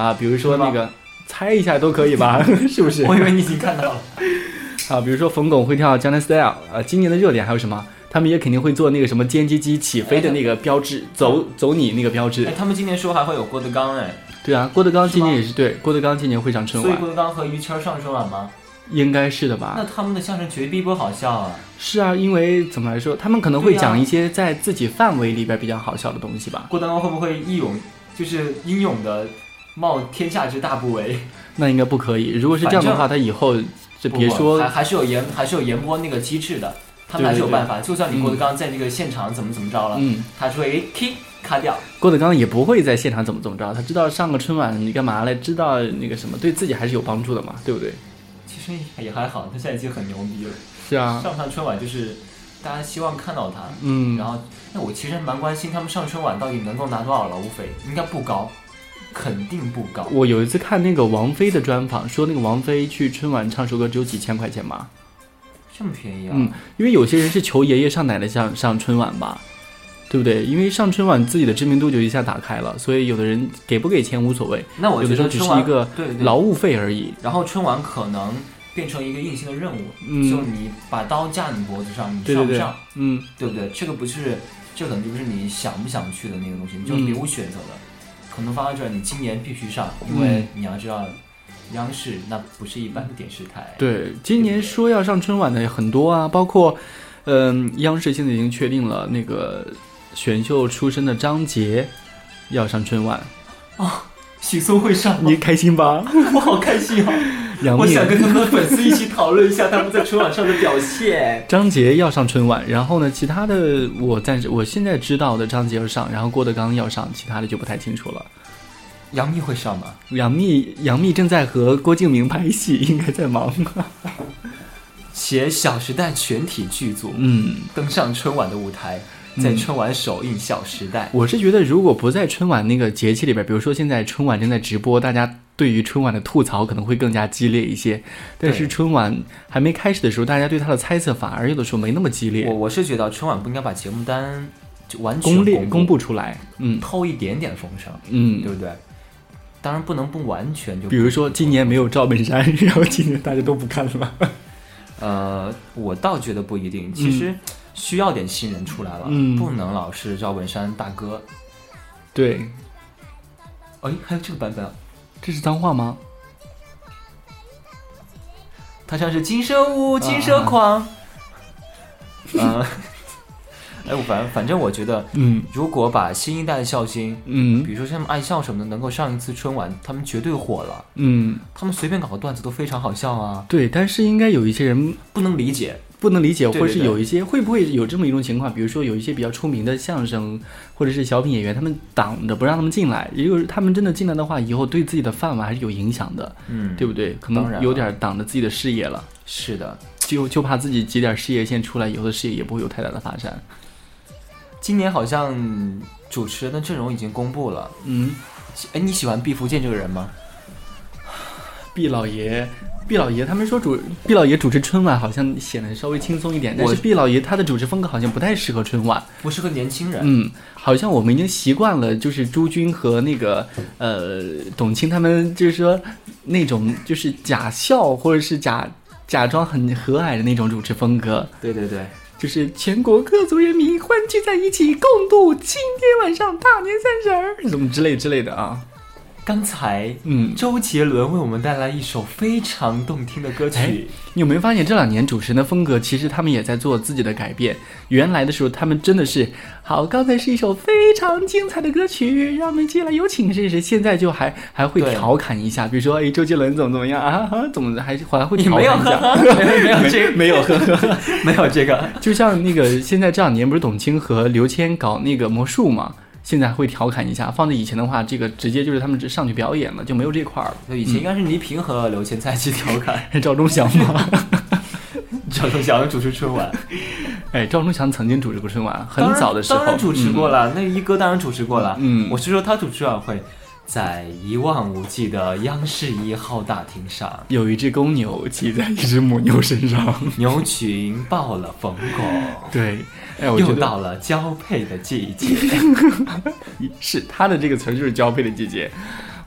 [SPEAKER 4] 啊，比如说那个猜一下都可
[SPEAKER 3] [LAUGHS]
[SPEAKER 4] 以吧，是不是？
[SPEAKER 3] 我以为你已经看到了，
[SPEAKER 4] 啊，比如说冯巩会跳《江南 Style》，啊，今年的热点还有什么？他们也肯定会做那个什么歼击机起飞的那个标志，走走你那个标志
[SPEAKER 3] 哎，。他们今年说还会有郭德纲哎，
[SPEAKER 4] 对啊，郭德纲今年
[SPEAKER 3] 是
[SPEAKER 4] 也
[SPEAKER 3] 吗
[SPEAKER 4] 是对，郭德纲今年会上春
[SPEAKER 3] 所以
[SPEAKER 4] 晚
[SPEAKER 3] 郭，德纲和于谦儿上春晚吗？
[SPEAKER 4] 应该是的吧？
[SPEAKER 3] 那他们的相声绝逼不好笑啊！
[SPEAKER 4] 是啊，因为怎么来说，他们可能会
[SPEAKER 3] 对呀
[SPEAKER 4] 讲一些在自己范围里边比较好笑的东西吧。
[SPEAKER 3] 郭德纲会不会一勇就是英勇的冒天下之大不韪？
[SPEAKER 4] 那应该不可以。如果是这样的话，他以后就
[SPEAKER 3] 不
[SPEAKER 4] 别
[SPEAKER 3] 不还
[SPEAKER 4] 说
[SPEAKER 3] 还是有严还是有严播那个机制的，他们
[SPEAKER 4] 对
[SPEAKER 3] 还是有
[SPEAKER 4] 对
[SPEAKER 3] 办法。就算你郭德
[SPEAKER 4] 嗯
[SPEAKER 3] 纲在这个现场怎么怎么着了，
[SPEAKER 4] 嗯
[SPEAKER 3] 他说诶，k 卡掉，
[SPEAKER 4] 郭德纲也不会在现场怎么怎么着，他知道上个春晚你干嘛来，知道那个什么，对自己还是有帮助的嘛，对不对？
[SPEAKER 3] 其实也还好，他现在已经很牛逼了。
[SPEAKER 4] 是啊，
[SPEAKER 3] 上不上春晚就是大家希望看到他，
[SPEAKER 4] 嗯
[SPEAKER 3] 然，后那我其实还蛮关心他们上春晚到底能够拿多少劳务费，应该不高，肯定不高。
[SPEAKER 4] 我有一次看那个王菲的专访，说那个王菲去春晚唱首歌只有几千块钱吧，
[SPEAKER 3] 这么便宜啊？
[SPEAKER 4] 嗯，因为有些人是求爷爷上奶奶上上春晚吧，对不对？因为上春晚自己的知名度就一下打开了，所以有的人给不给钱无所谓。
[SPEAKER 3] 那我
[SPEAKER 4] 有
[SPEAKER 3] 觉
[SPEAKER 4] 的时候
[SPEAKER 3] 得
[SPEAKER 4] 只是
[SPEAKER 3] 春晚
[SPEAKER 4] 一个
[SPEAKER 3] 对对
[SPEAKER 4] 劳务费而已。
[SPEAKER 3] 然后春晚可能变成一个硬性的任务，
[SPEAKER 4] 嗯
[SPEAKER 3] 就你把刀架你脖子上，你
[SPEAKER 4] 对
[SPEAKER 3] 上
[SPEAKER 4] 对
[SPEAKER 3] 不
[SPEAKER 4] 对
[SPEAKER 3] 上，，
[SPEAKER 4] 嗯，
[SPEAKER 3] 对不对？这个不是，这可能就不是你想不想去的那个东西，你就
[SPEAKER 4] 嗯
[SPEAKER 3] 别无选择的。可能发到这儿，你今年必须上，因为你要知道，央视那不是一般的电视台。，
[SPEAKER 4] 对，今年说要上春晚的也很多啊，包括，嗯、央视现在已经确定了那个选秀出身的张杰要上春晚，
[SPEAKER 3] 许嵩会上吗
[SPEAKER 4] 你？开心吧？
[SPEAKER 3] [LAUGHS] 我好开心啊！
[SPEAKER 4] [LAUGHS] 杨
[SPEAKER 3] 我
[SPEAKER 4] 幂
[SPEAKER 3] 想跟他们的粉丝一起讨论一下他们在春晚上的表
[SPEAKER 4] [LAUGHS]
[SPEAKER 3] 现。
[SPEAKER 4] 张杰要上春晚，然后呢，其他的我暂时我现在知道的张杰要上，然后郭德纲要上，其他的就不太清楚了。
[SPEAKER 3] 杨幂会上吗？
[SPEAKER 4] 杨幂，杨幂正在和郭敬明拍戏，应该在忙吧？
[SPEAKER 3] 写《小时代》全体剧组
[SPEAKER 4] 嗯，
[SPEAKER 3] 登上春晚的舞台，在春晚首映《小时代》
[SPEAKER 4] 我是觉得如果不在春晚那个节气里边，比如说现在春晚正在直播，大家对于春晚的吐槽可能会更加激烈一些。但是
[SPEAKER 3] 对
[SPEAKER 4] 春晚还没开始的时候，大家对它的猜测反而有的时候没那么激烈
[SPEAKER 3] 我。我是觉得春晚不应该把节目单就完全
[SPEAKER 4] 攻略嗯公
[SPEAKER 3] 公
[SPEAKER 4] 布出来，嗯
[SPEAKER 3] 偷一点点风声，
[SPEAKER 4] 嗯
[SPEAKER 3] 对，不对？当然不能不完全就，
[SPEAKER 4] 比如说今年没有赵本山，然后今年大家都不看了。
[SPEAKER 3] 呃，我倒觉得不一定，其实需要点新人出来了，
[SPEAKER 4] 嗯
[SPEAKER 3] 不能老是赵本山大哥。
[SPEAKER 4] 对，
[SPEAKER 3] 哎，还有这个版本啊，
[SPEAKER 4] 这是脏话吗？
[SPEAKER 3] 他像是金蛇舞、金蛇
[SPEAKER 4] 啊
[SPEAKER 3] 狂。嗯，哎，我反反正我觉得，
[SPEAKER 4] 嗯
[SPEAKER 3] 如果把新一代的笑星，比
[SPEAKER 4] 嗯
[SPEAKER 3] 如说像爱笑什么的，能够上一次春晚，他们绝对火了。
[SPEAKER 4] 嗯，
[SPEAKER 3] 他们随便搞个段子都非常好笑啊，
[SPEAKER 4] 对，但是应该有一些人
[SPEAKER 3] 不能理解。
[SPEAKER 4] 不能理解，
[SPEAKER 3] 对
[SPEAKER 4] 或者是
[SPEAKER 3] 对对
[SPEAKER 4] 有一些会不会有这么一种情况，比如说有一些比较出名的相声或者是小品演员，他们挡着不让他们进来，如果他们真的进来的话，以后对自己的饭碗还是有影响的，啊
[SPEAKER 3] 嗯，
[SPEAKER 4] 对不对？可
[SPEAKER 3] 当然
[SPEAKER 4] 能
[SPEAKER 3] 了
[SPEAKER 4] 有点挡着自己的事业了，
[SPEAKER 3] 是的。
[SPEAKER 4] 就就怕自己挤点事业线出来，以后的事业也不会有太大的发展。
[SPEAKER 3] 今年好像主持人的阵容已经公布了。
[SPEAKER 4] 嗯，
[SPEAKER 3] 哎，你喜欢毕福剑这个人吗？
[SPEAKER 4] 毕老爷。毕老爷他们说主毕老爷主持春晚好像显得稍微轻松一点，但
[SPEAKER 3] 我
[SPEAKER 4] 是毕老爷他的主持风格好像不太适合春晚。
[SPEAKER 3] 不是个年轻人。
[SPEAKER 4] 嗯，好像我们已经习惯了，就是朱军和那个呃董卿他们，就是说那种就是假笑或者是假假装很和蔼的那种主持风格，
[SPEAKER 3] 对对对，
[SPEAKER 4] 就是全国各族人民欢聚在一起，共度今天晚上大年三十儿，怎么之类之类的啊。
[SPEAKER 3] 刚才
[SPEAKER 4] 嗯，
[SPEAKER 3] 周杰伦为我们带来一首非常动听的歌曲。
[SPEAKER 4] 你有没有发现这两年主持人的风格，其实他们也在做自己的改变？原来的时候，他们真的是好，刚才是一首非常精彩的歌曲，让我们接下来有请试试。现在就还还会
[SPEAKER 3] 对
[SPEAKER 4] 调侃一下，比如说，哎，周杰伦怎么怎么样啊，啊怎么还还会
[SPEAKER 3] 你
[SPEAKER 4] 调
[SPEAKER 3] 没有
[SPEAKER 4] 侃一
[SPEAKER 3] 呵
[SPEAKER 4] 下？
[SPEAKER 3] 呵， [LAUGHS] 没有没有
[SPEAKER 4] [LAUGHS]
[SPEAKER 3] 这
[SPEAKER 4] 没有，呵
[SPEAKER 3] [LAUGHS]
[SPEAKER 4] 呵，
[SPEAKER 3] 没有这个。
[SPEAKER 4] 就像那个现在这两年不是董卿和刘谦搞那个魔术嘛，现在会调侃一下。放在以前的话，这个直接就是他们直上去表演了，就没有这块儿了。 [LAUGHS]
[SPEAKER 3] 就以前应该是倪萍和刘谦在一起调侃
[SPEAKER 4] 赵忠祥嘛， [LAUGHS] 嗯
[SPEAKER 3] 赵忠祥主持春晚，
[SPEAKER 4] 哎，赵忠祥曾经主持过春晚，很
[SPEAKER 3] 当然
[SPEAKER 4] 早的时候
[SPEAKER 3] 当然主持
[SPEAKER 4] 嗯
[SPEAKER 3] 过了。那一哥当然主持过了。
[SPEAKER 4] 嗯
[SPEAKER 3] 我是说他主持晚会，在一望无际的央视一号大厅上，
[SPEAKER 4] 有一只公牛骑在一只母牛
[SPEAKER 3] [LAUGHS]
[SPEAKER 4] 身上。
[SPEAKER 3] 牛群抱了疯狗，
[SPEAKER 4] 对，哎，我觉
[SPEAKER 3] 又
[SPEAKER 4] 得
[SPEAKER 3] 到了交配的季
[SPEAKER 4] [LAUGHS]
[SPEAKER 3] 节。
[SPEAKER 4] 是他的这个词儿就是交配的季节。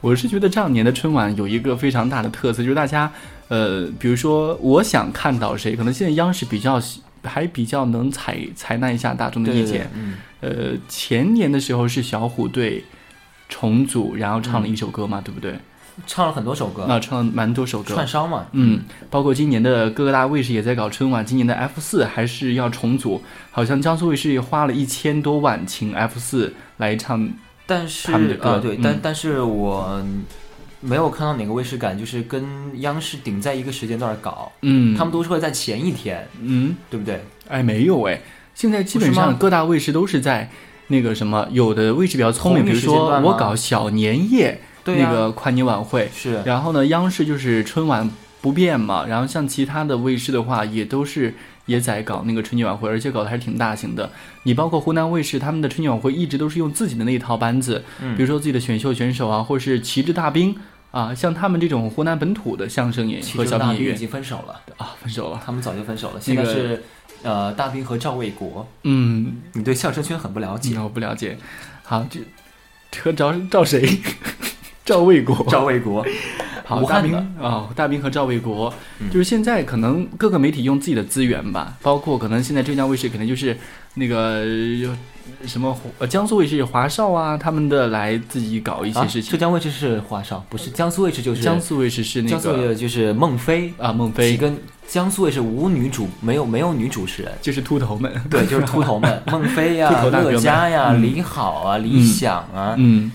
[SPEAKER 4] 我是觉得这两年的春晚有一个非常大的特色，就是大家，呃，比如说我想看到谁，可能现在央视比较喜还比较能采采纳一下大众的
[SPEAKER 3] 对
[SPEAKER 4] 意
[SPEAKER 3] 对
[SPEAKER 4] 见。
[SPEAKER 3] 对，嗯，
[SPEAKER 4] 呃，前年的时候是小虎队重组，然后唱了一首歌嘛，对不对？
[SPEAKER 3] 唱了很多首歌，
[SPEAKER 4] 那唱了蛮多首歌，
[SPEAKER 3] 串烧嘛。
[SPEAKER 4] 嗯，包括今年的各个大卫视也在搞春晚，今年的 F 四还是要重组，好像江苏卫视也花了一千多万请 F 四来唱，
[SPEAKER 3] 但是
[SPEAKER 4] 他们的歌
[SPEAKER 3] 啊，对，
[SPEAKER 4] 嗯
[SPEAKER 3] 但但是我没有看到哪个卫视敢就是跟央视顶在一个时间段搞，
[SPEAKER 4] 嗯，
[SPEAKER 3] 他们都是会在前一天，
[SPEAKER 4] 嗯，
[SPEAKER 3] 对不对？
[SPEAKER 4] 哎，没有哎，现在基本
[SPEAKER 3] 不是
[SPEAKER 4] 上
[SPEAKER 3] 吗
[SPEAKER 4] 各大卫视都是在那个什么，有的卫视比较聪明，
[SPEAKER 3] 红
[SPEAKER 4] 比
[SPEAKER 3] 绿
[SPEAKER 4] 如
[SPEAKER 3] 时间
[SPEAKER 4] 说
[SPEAKER 3] 段吗
[SPEAKER 4] 我搞小年夜、
[SPEAKER 3] 对啊呀
[SPEAKER 4] 那个跨年晚会，
[SPEAKER 3] 是
[SPEAKER 4] 然后呢，央视就是春晚不变嘛，然后像其他的卫视的话，也都是也在搞那个春节晚会，而且搞得还是挺大型的。你包括湖南卫视，他们的春节晚会一直都是用自己的那一套班子，
[SPEAKER 3] 嗯
[SPEAKER 4] 比如说自己的选秀选手啊，或是旗帜大兵啊，像他们这种湖南本土的相声演员
[SPEAKER 3] 其
[SPEAKER 4] 和
[SPEAKER 3] 实
[SPEAKER 4] 小品
[SPEAKER 3] 大
[SPEAKER 4] 演
[SPEAKER 3] 兵已
[SPEAKER 4] 员
[SPEAKER 3] 经分手了，
[SPEAKER 4] 啊，分手了。
[SPEAKER 3] 他们早就分手了，
[SPEAKER 4] 那
[SPEAKER 3] 现
[SPEAKER 4] 个
[SPEAKER 3] 在是呃大兵和赵卫国。
[SPEAKER 4] 嗯，
[SPEAKER 3] 你对相声圈很不了解，
[SPEAKER 4] 我不了解。 [LAUGHS] 好，这和找找谁？赵卫国。
[SPEAKER 3] 赵卫国
[SPEAKER 4] 好，
[SPEAKER 3] 武
[SPEAKER 4] 大
[SPEAKER 3] 汉
[SPEAKER 4] 兵
[SPEAKER 3] 的嗯
[SPEAKER 4] 啊、大兵和赵卫国，就是现在可能各个媒体用自己的资源吧，包括可能现在浙江卫视可能就是那个呃什么呃江苏卫视华少啊，他们的来自己搞一些
[SPEAKER 3] 啊，
[SPEAKER 4] 事
[SPEAKER 3] 浙
[SPEAKER 4] 情。
[SPEAKER 3] 江卫视是华少，不是江苏卫视就是
[SPEAKER 4] 江苏卫视是那
[SPEAKER 3] 江苏卫
[SPEAKER 4] 个
[SPEAKER 3] 视就是孟非
[SPEAKER 4] 啊孟
[SPEAKER 3] 几
[SPEAKER 4] 非，
[SPEAKER 3] 个江苏卫视无女主，没有没有女主持人。
[SPEAKER 4] 就是秃头们。
[SPEAKER 3] [LAUGHS] 对，就是秃头们，孟非呀、
[SPEAKER 4] 秃头大哥们
[SPEAKER 3] 乐嘉呀、
[SPEAKER 4] 嗯
[SPEAKER 3] 李好啊、李想啊。
[SPEAKER 4] 嗯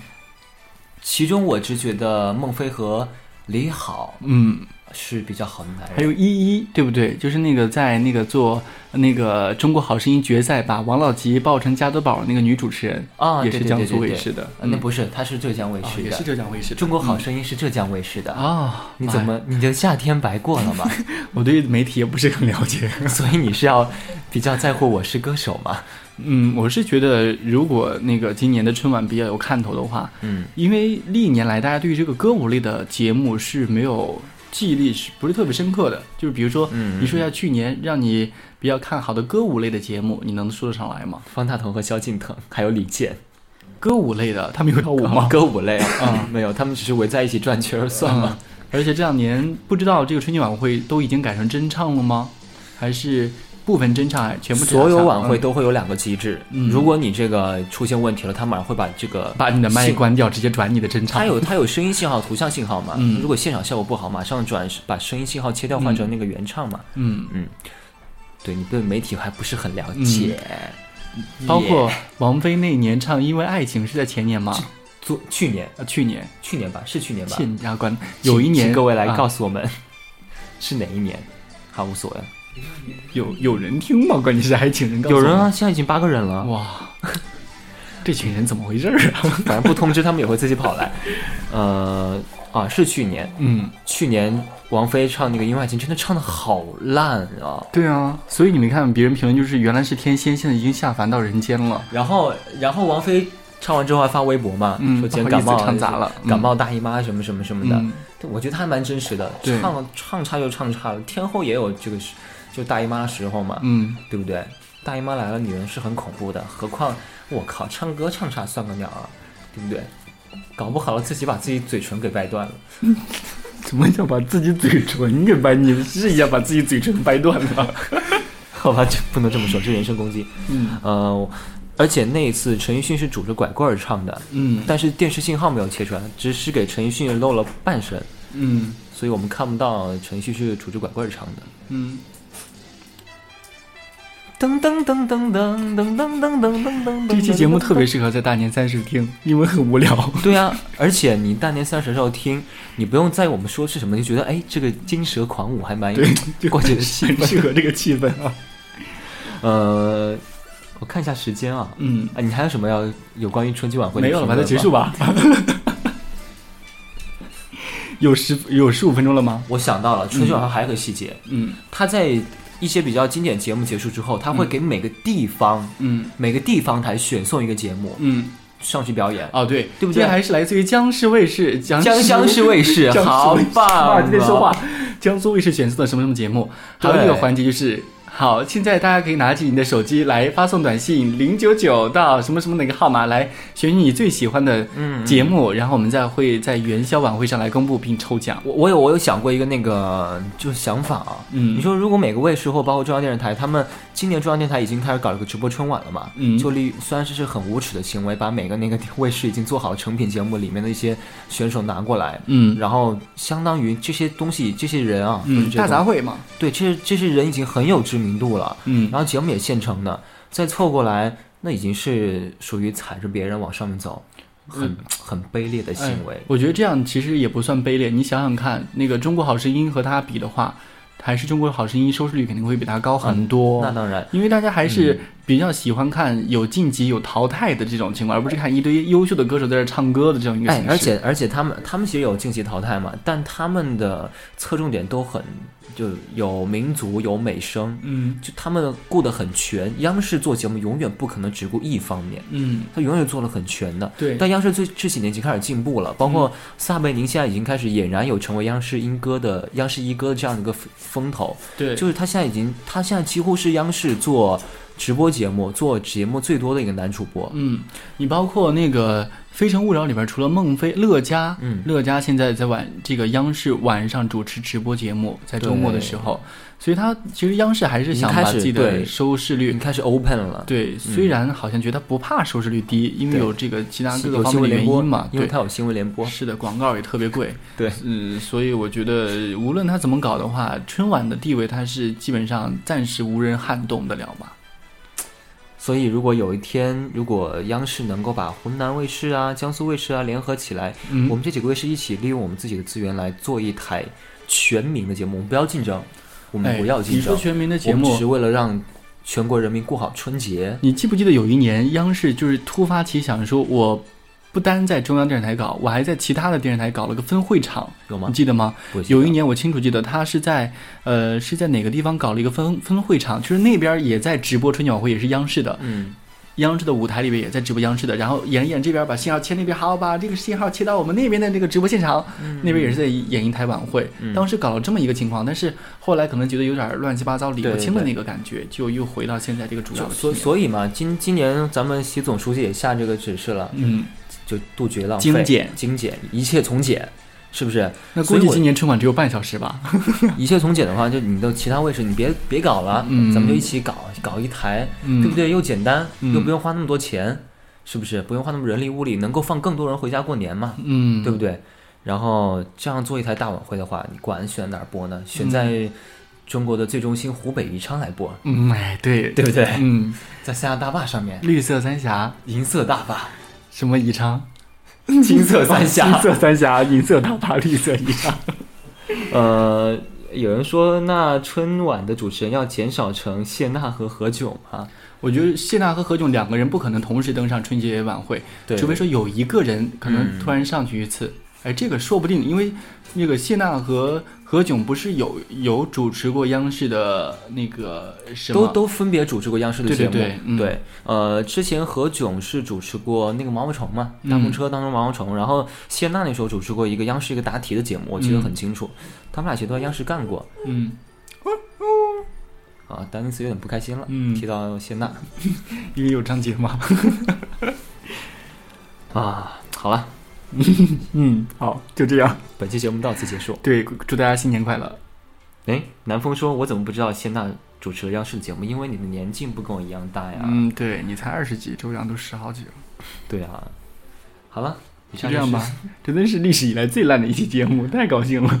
[SPEAKER 3] 其中我只觉得孟非和李好
[SPEAKER 4] 嗯，
[SPEAKER 3] 是比较好的男
[SPEAKER 4] 还有
[SPEAKER 3] 人。
[SPEAKER 4] 依依，对不对？就是那个在那个做那个中国好声音决赛把王老吉爆成加多宝那个女主持人
[SPEAKER 3] 啊
[SPEAKER 4] 也
[SPEAKER 3] 对
[SPEAKER 4] 是
[SPEAKER 3] 对
[SPEAKER 4] 江
[SPEAKER 3] 对
[SPEAKER 4] 苏
[SPEAKER 3] 对
[SPEAKER 4] 卫
[SPEAKER 3] 对
[SPEAKER 4] 视的，
[SPEAKER 3] 呃那
[SPEAKER 4] 嗯
[SPEAKER 3] 不是，他是浙江卫
[SPEAKER 4] 哦
[SPEAKER 3] 视
[SPEAKER 4] 也是
[SPEAKER 3] 的。
[SPEAKER 4] 浙江卫视的。
[SPEAKER 3] 中国好
[SPEAKER 4] 嗯
[SPEAKER 3] 声音是浙江卫视的。
[SPEAKER 4] 啊，
[SPEAKER 3] 你怎
[SPEAKER 4] 哎
[SPEAKER 3] 么你的夏天白过了
[SPEAKER 4] [LAUGHS]
[SPEAKER 3] 吗？
[SPEAKER 4] 我对媒体也不是很了解。 [LAUGHS]
[SPEAKER 3] 所以你是要比较在乎《我是歌手》吗？
[SPEAKER 4] 嗯，我是觉得如果那个今年的春晚比较有看头的话，
[SPEAKER 3] 嗯，
[SPEAKER 4] 因为历年来大家对于这个歌舞类的节目是没有记忆力，是不是特别深刻的？就是比如说，
[SPEAKER 3] 嗯
[SPEAKER 4] 你说一下去年让你比较看好的歌舞类的节目，你能说得上来吗？
[SPEAKER 3] 方大同和萧敬腾，还有李健，
[SPEAKER 4] 歌舞类的，他们 [LAUGHS] 有跳舞吗？
[SPEAKER 3] 歌舞类啊，没有，他们只是围在一起转圈儿算
[SPEAKER 4] 嗯
[SPEAKER 3] 了。
[SPEAKER 4] 而且这两年不知道这个春节晚会都已经改成真唱了吗？还是部分真唱，哎全部
[SPEAKER 3] 所有晚会
[SPEAKER 4] 都。嗯
[SPEAKER 3] 都会有两个机制，
[SPEAKER 4] 嗯
[SPEAKER 3] 如果你这个出现问题了，他马上会把这个
[SPEAKER 4] 把你的麦
[SPEAKER 3] 信。
[SPEAKER 4] 关掉，直接转你的真唱。
[SPEAKER 3] 它有它有声音信号、图像信号嘛？
[SPEAKER 4] 嗯
[SPEAKER 3] 如果现场效果不好，马上转把声音信号切掉，换成那个原唱嘛。
[SPEAKER 4] 嗯，
[SPEAKER 3] 对你对媒体还不是很了解，
[SPEAKER 4] 嗯包括王菲那年唱《因为爱情》是在前年吗？
[SPEAKER 3] 昨去年
[SPEAKER 4] 啊，去年。
[SPEAKER 3] 去年吧，是去年吧？
[SPEAKER 4] 欠家关有一年，
[SPEAKER 3] 请各位来告
[SPEAKER 4] 啊、
[SPEAKER 3] 诉我们、 [LAUGHS] 是哪一年，好无所谓。
[SPEAKER 4] 有有人听吗？关键是还请人告诉
[SPEAKER 3] 有
[SPEAKER 4] 我
[SPEAKER 3] 人啊，现在已经八个人了，
[SPEAKER 4] 哇， [LAUGHS] 这群人怎么回事儿 [LAUGHS] 啊？
[SPEAKER 3] 反正不通知他们也会自己跑来。呃，啊，是去年，
[SPEAKER 4] 嗯，
[SPEAKER 3] 去年王菲唱那个《因为爱情》真的唱的好烂啊。
[SPEAKER 4] 对啊，所以你没看别人评论就是原来是天仙，现在已经下凡到人间了。
[SPEAKER 3] 然后，然后王菲唱完之后还发微博嘛，
[SPEAKER 4] 嗯
[SPEAKER 3] 说今天
[SPEAKER 4] 不好
[SPEAKER 3] 感
[SPEAKER 4] 意思
[SPEAKER 3] 冒
[SPEAKER 4] 唱砸了嗯
[SPEAKER 3] 感冒大姨妈什么什么什么的。
[SPEAKER 4] 嗯
[SPEAKER 3] 对我觉得她还蛮真实的，
[SPEAKER 4] 对
[SPEAKER 3] 唱唱差就唱差了，天后也有这个时就大姨妈的时候嘛，
[SPEAKER 4] 嗯，
[SPEAKER 3] 对不对？大姨妈来了，女人是很恐怖的，何况我靠，唱歌唱差算个鸟啊，对不对？搞不好了自己把自己嘴唇给掰断
[SPEAKER 4] [LAUGHS]
[SPEAKER 3] 了。
[SPEAKER 4] 怎么叫把自己嘴唇给掰？你试一下把自己嘴唇掰断了。
[SPEAKER 3] 好吧，这 [LAUGHS] 不能这么说，这人身攻击。
[SPEAKER 4] [LAUGHS] 嗯
[SPEAKER 3] 呃，而且那一次陈奕迅是拄着拐棍儿唱的，
[SPEAKER 4] 嗯
[SPEAKER 3] 但是电视信号没有切出来，只是给陈奕迅露了半身，
[SPEAKER 4] 嗯
[SPEAKER 3] 所以我们看不到陈奕迅是拄着拐棍儿唱的。
[SPEAKER 4] 嗯，
[SPEAKER 3] 噔噔噔噔噔噔噔噔噔噔噔噔。
[SPEAKER 4] 这期节目特别适合在大年三十听，因为很无聊。
[SPEAKER 3] 对啊，而且你大年三十的时候听，你不用在意我们说是什么，你就觉得哎，这个金蛇狂舞还蛮有
[SPEAKER 4] [LAUGHS] 对，就
[SPEAKER 3] 过节的气
[SPEAKER 4] 很适
[SPEAKER 3] 氛。
[SPEAKER 4] 合这个气氛啊。
[SPEAKER 3] 呃，我看一下时间啊，
[SPEAKER 4] 嗯，
[SPEAKER 3] 啊，你还有什么要有关于春节晚会的
[SPEAKER 4] 没有了吧？
[SPEAKER 3] 评
[SPEAKER 4] 那
[SPEAKER 3] 论
[SPEAKER 4] 结束
[SPEAKER 3] 吗。
[SPEAKER 4] 吧。 [LAUGHS] 有十有十五分钟了吗？
[SPEAKER 3] 我想到了春节晚会还有个细节，
[SPEAKER 4] 嗯
[SPEAKER 3] 它在一些比较经典节目结束之后，它会给每个地方、
[SPEAKER 4] 嗯
[SPEAKER 3] 每个地方台选送一个节目
[SPEAKER 4] 嗯，
[SPEAKER 3] 上去表演。
[SPEAKER 4] 哦对，
[SPEAKER 3] 对不对
[SPEAKER 4] 这还是来自于江市卫视江
[SPEAKER 3] 江湘市卫
[SPEAKER 4] [LAUGHS]
[SPEAKER 3] 视，
[SPEAKER 4] 江
[SPEAKER 3] 好
[SPEAKER 4] 苏卫视
[SPEAKER 3] 棒
[SPEAKER 4] 哇！
[SPEAKER 3] 啊！
[SPEAKER 4] 今天说话，江苏卫视选送的什么什么节目？还有一个
[SPEAKER 3] 对
[SPEAKER 4] 环节就是。好，现在大家可以拿起你的手机来发送短信零九九到什么什么哪个号码来选取你最喜欢的
[SPEAKER 3] 嗯嗯
[SPEAKER 4] 节目，然后我们再会在元宵晚会上来公布并抽奖。
[SPEAKER 3] 我我有我有想过一个那个就是想法啊，
[SPEAKER 4] 嗯
[SPEAKER 3] 你说如果每个卫视或包括中央电视台，他们今年中央电视台已经开始搞了个直播春晚了嘛，
[SPEAKER 4] 嗯
[SPEAKER 3] 就利虽然这是很无耻的行为，把每个那个卫视已经做好的成品节目里面的一些选手拿过来，
[SPEAKER 4] 嗯
[SPEAKER 3] 然后相当于这些东西这些人啊，
[SPEAKER 4] 嗯，大杂
[SPEAKER 3] 烩，
[SPEAKER 4] 烩嘛，
[SPEAKER 3] 对，这些这些人已经很有知名度了，
[SPEAKER 4] 嗯
[SPEAKER 3] 然后节目也现成的，再凑过来，那已经是属于踩着别人往上面走，很、很卑劣的行为
[SPEAKER 4] 嗯哎。我觉得这样其实也不算卑劣。你想想看，那个《中国好声音》和它比的话，还是《中国好声音》收视率肯定会比它高很多。
[SPEAKER 3] 嗯那当嗯然，
[SPEAKER 4] 因为大家还是比较喜欢看有晋级、有淘汰的这种情况，而不是看一堆优秀的歌手在这唱歌的这种一个形
[SPEAKER 3] 哎
[SPEAKER 4] 式。，
[SPEAKER 3] 而且而且他们他们其实有晋级淘汰嘛，但他们的侧重点都很就有民族有美声，
[SPEAKER 4] 嗯
[SPEAKER 3] 就他们顾得很全。央视做节目永远不可能只顾一方面，
[SPEAKER 4] 嗯，
[SPEAKER 3] 他永远做了很全的。
[SPEAKER 4] 对嗯
[SPEAKER 3] 但央视最这几年已经开始进步了，包括撒贝宁现在已经开始俨然有成为央视英歌的央视一哥这样一个风风头，
[SPEAKER 4] 对，
[SPEAKER 3] 就是他现在已经他现在几乎是央视做直播节目做节目最多的一个男主播。
[SPEAKER 4] 嗯，你包括那个《非诚勿扰》里边，除了孟非、乐嘉，
[SPEAKER 3] 嗯
[SPEAKER 4] 乐嘉现在在晚这个央视晚上主持直播节目，在周末的时候，所以他其实央视还是想
[SPEAKER 3] 已经开
[SPEAKER 4] 把
[SPEAKER 3] 始
[SPEAKER 4] 自己的
[SPEAKER 3] 对
[SPEAKER 4] 收视率
[SPEAKER 3] 你。开始 open 了，
[SPEAKER 4] 对，虽然好像觉得他不怕收视率低，因为
[SPEAKER 3] 嗯对
[SPEAKER 4] 有这个其他各个
[SPEAKER 3] 有
[SPEAKER 4] 方
[SPEAKER 3] 新闻
[SPEAKER 4] 面的
[SPEAKER 3] 联
[SPEAKER 4] 原
[SPEAKER 3] 播
[SPEAKER 4] 因嘛，
[SPEAKER 3] 因为
[SPEAKER 4] 对，
[SPEAKER 3] 它有新闻联播。
[SPEAKER 4] 是的，广告也特别贵，
[SPEAKER 3] [LAUGHS] 对，
[SPEAKER 4] 嗯，所以我觉得无论他怎么搞的话，春晚的地位他是基本上暂时无人撼动得了吧。
[SPEAKER 3] 所以如果有一天，如果央视能够把湖南卫视啊、江苏卫视啊联合起来，
[SPEAKER 4] 嗯
[SPEAKER 3] 我们这几个卫视一起利用我们自己的资源来做一台全民的节目，我们不要竞争，我们
[SPEAKER 4] 哎，
[SPEAKER 3] 不要
[SPEAKER 4] 你
[SPEAKER 3] 竞
[SPEAKER 4] 说
[SPEAKER 3] 争，
[SPEAKER 4] 全民的节
[SPEAKER 3] 我们
[SPEAKER 4] 目
[SPEAKER 3] 只是为了让全国人民过好春节。
[SPEAKER 4] 你记不记得有一年央视就是突发奇想说，我不单在中央电视台搞，我还在其他的电视台搞了个分会场，
[SPEAKER 3] 有吗
[SPEAKER 4] 你？记得吗？
[SPEAKER 3] 不记得
[SPEAKER 4] 有一年我清楚记得，他是在呃是在哪个地方搞了一个分分会场，就是那边也在直播春晚会，也是央视的，
[SPEAKER 3] 嗯，
[SPEAKER 4] 央视的舞台里面也在直播央视的，然后演一演这边把信号切那边，好把这个信号切到我们那边的那个直播现场，那边也是在演一台晚会。
[SPEAKER 3] 嗯
[SPEAKER 4] 当时搞了这么一个情况，但是后来可能觉得有点乱七八糟、理不清的那个感觉，就又回到现在这个主要
[SPEAKER 3] 就
[SPEAKER 4] 的
[SPEAKER 3] 所
[SPEAKER 4] 平面
[SPEAKER 3] 所以嘛，今今年咱们习总书记也下这个指示了，
[SPEAKER 4] 嗯，
[SPEAKER 3] 就杜绝浪费，
[SPEAKER 4] 精简
[SPEAKER 3] 精简，一切从简，是不是？ [LAUGHS]
[SPEAKER 4] 那
[SPEAKER 3] 所
[SPEAKER 4] 估
[SPEAKER 3] 以
[SPEAKER 4] 计
[SPEAKER 3] 我
[SPEAKER 4] 今年春晚只有半小时吧。
[SPEAKER 3] 一切从简的话，就你的其他卫视你别别搞了，
[SPEAKER 4] 嗯
[SPEAKER 3] 咱们就一起搞搞一台，
[SPEAKER 4] 嗯
[SPEAKER 3] 对不对？又简单，
[SPEAKER 4] 嗯
[SPEAKER 3] 又不用花那么多钱，是不是？不用花那么人力物力，能够放更多人回家过年嘛，
[SPEAKER 4] 嗯，
[SPEAKER 3] 对不对？然后这样做一台大晚会的话，你管选哪儿播呢？选在中国的最中心湖北宜昌来播，
[SPEAKER 4] 嗯，哎，对
[SPEAKER 3] 对不对
[SPEAKER 4] 嗯，
[SPEAKER 3] 在三亚大坝上面，
[SPEAKER 4] 绿色三峡，
[SPEAKER 3] 银色大坝，
[SPEAKER 4] 什么宜昌？
[SPEAKER 3] [LAUGHS] 金色三峡，
[SPEAKER 4] 金色三峡，银色大坝，绿色宜 [LAUGHS] 昌。
[SPEAKER 3] 呃，有人说，那春晚的主持人要减少成谢娜和何炅吗？
[SPEAKER 4] 我觉得谢娜和何炅两个人不可能同时登上春节晚会，
[SPEAKER 3] 对
[SPEAKER 4] 除非说有一个人可能突然上去一次，哎，这个说不定，因为那个谢娜和何炅不是有有主持过央视的那个什么
[SPEAKER 3] 都都分别主持过央视的
[SPEAKER 4] 对
[SPEAKER 3] 节
[SPEAKER 4] 对
[SPEAKER 3] 目，
[SPEAKER 4] 对嗯
[SPEAKER 3] 呃，之前何炅是主持过那个毛毛虫嘛，大风车当中毛毛虫，然后谢娜那时候主持过一个央视一个答题的节目，我记得很清楚，他们俩其实都在央视干过
[SPEAKER 4] 嗯，
[SPEAKER 3] 啊。丹尼斯有点不开心了，
[SPEAKER 4] 嗯
[SPEAKER 3] 提到谢娜
[SPEAKER 4] 因为有张杰嘛，
[SPEAKER 3] 啊，好了，
[SPEAKER 4] [LAUGHS] 嗯，好，就这样，
[SPEAKER 3] 本期节目到此结束。
[SPEAKER 4] 对，祝大家新年快乐。
[SPEAKER 3] 哎，南风说，我怎么不知道谢娜主持了央视的节目？因为你的年纪不跟我一样大呀。
[SPEAKER 4] 嗯，对你才二十几，周洋都十好几了，
[SPEAKER 3] 对啊，好了，以
[SPEAKER 4] 就
[SPEAKER 3] 上
[SPEAKER 4] 这样
[SPEAKER 3] 是
[SPEAKER 4] 吧，真的是历史以来最烂的一期节目，太高兴了。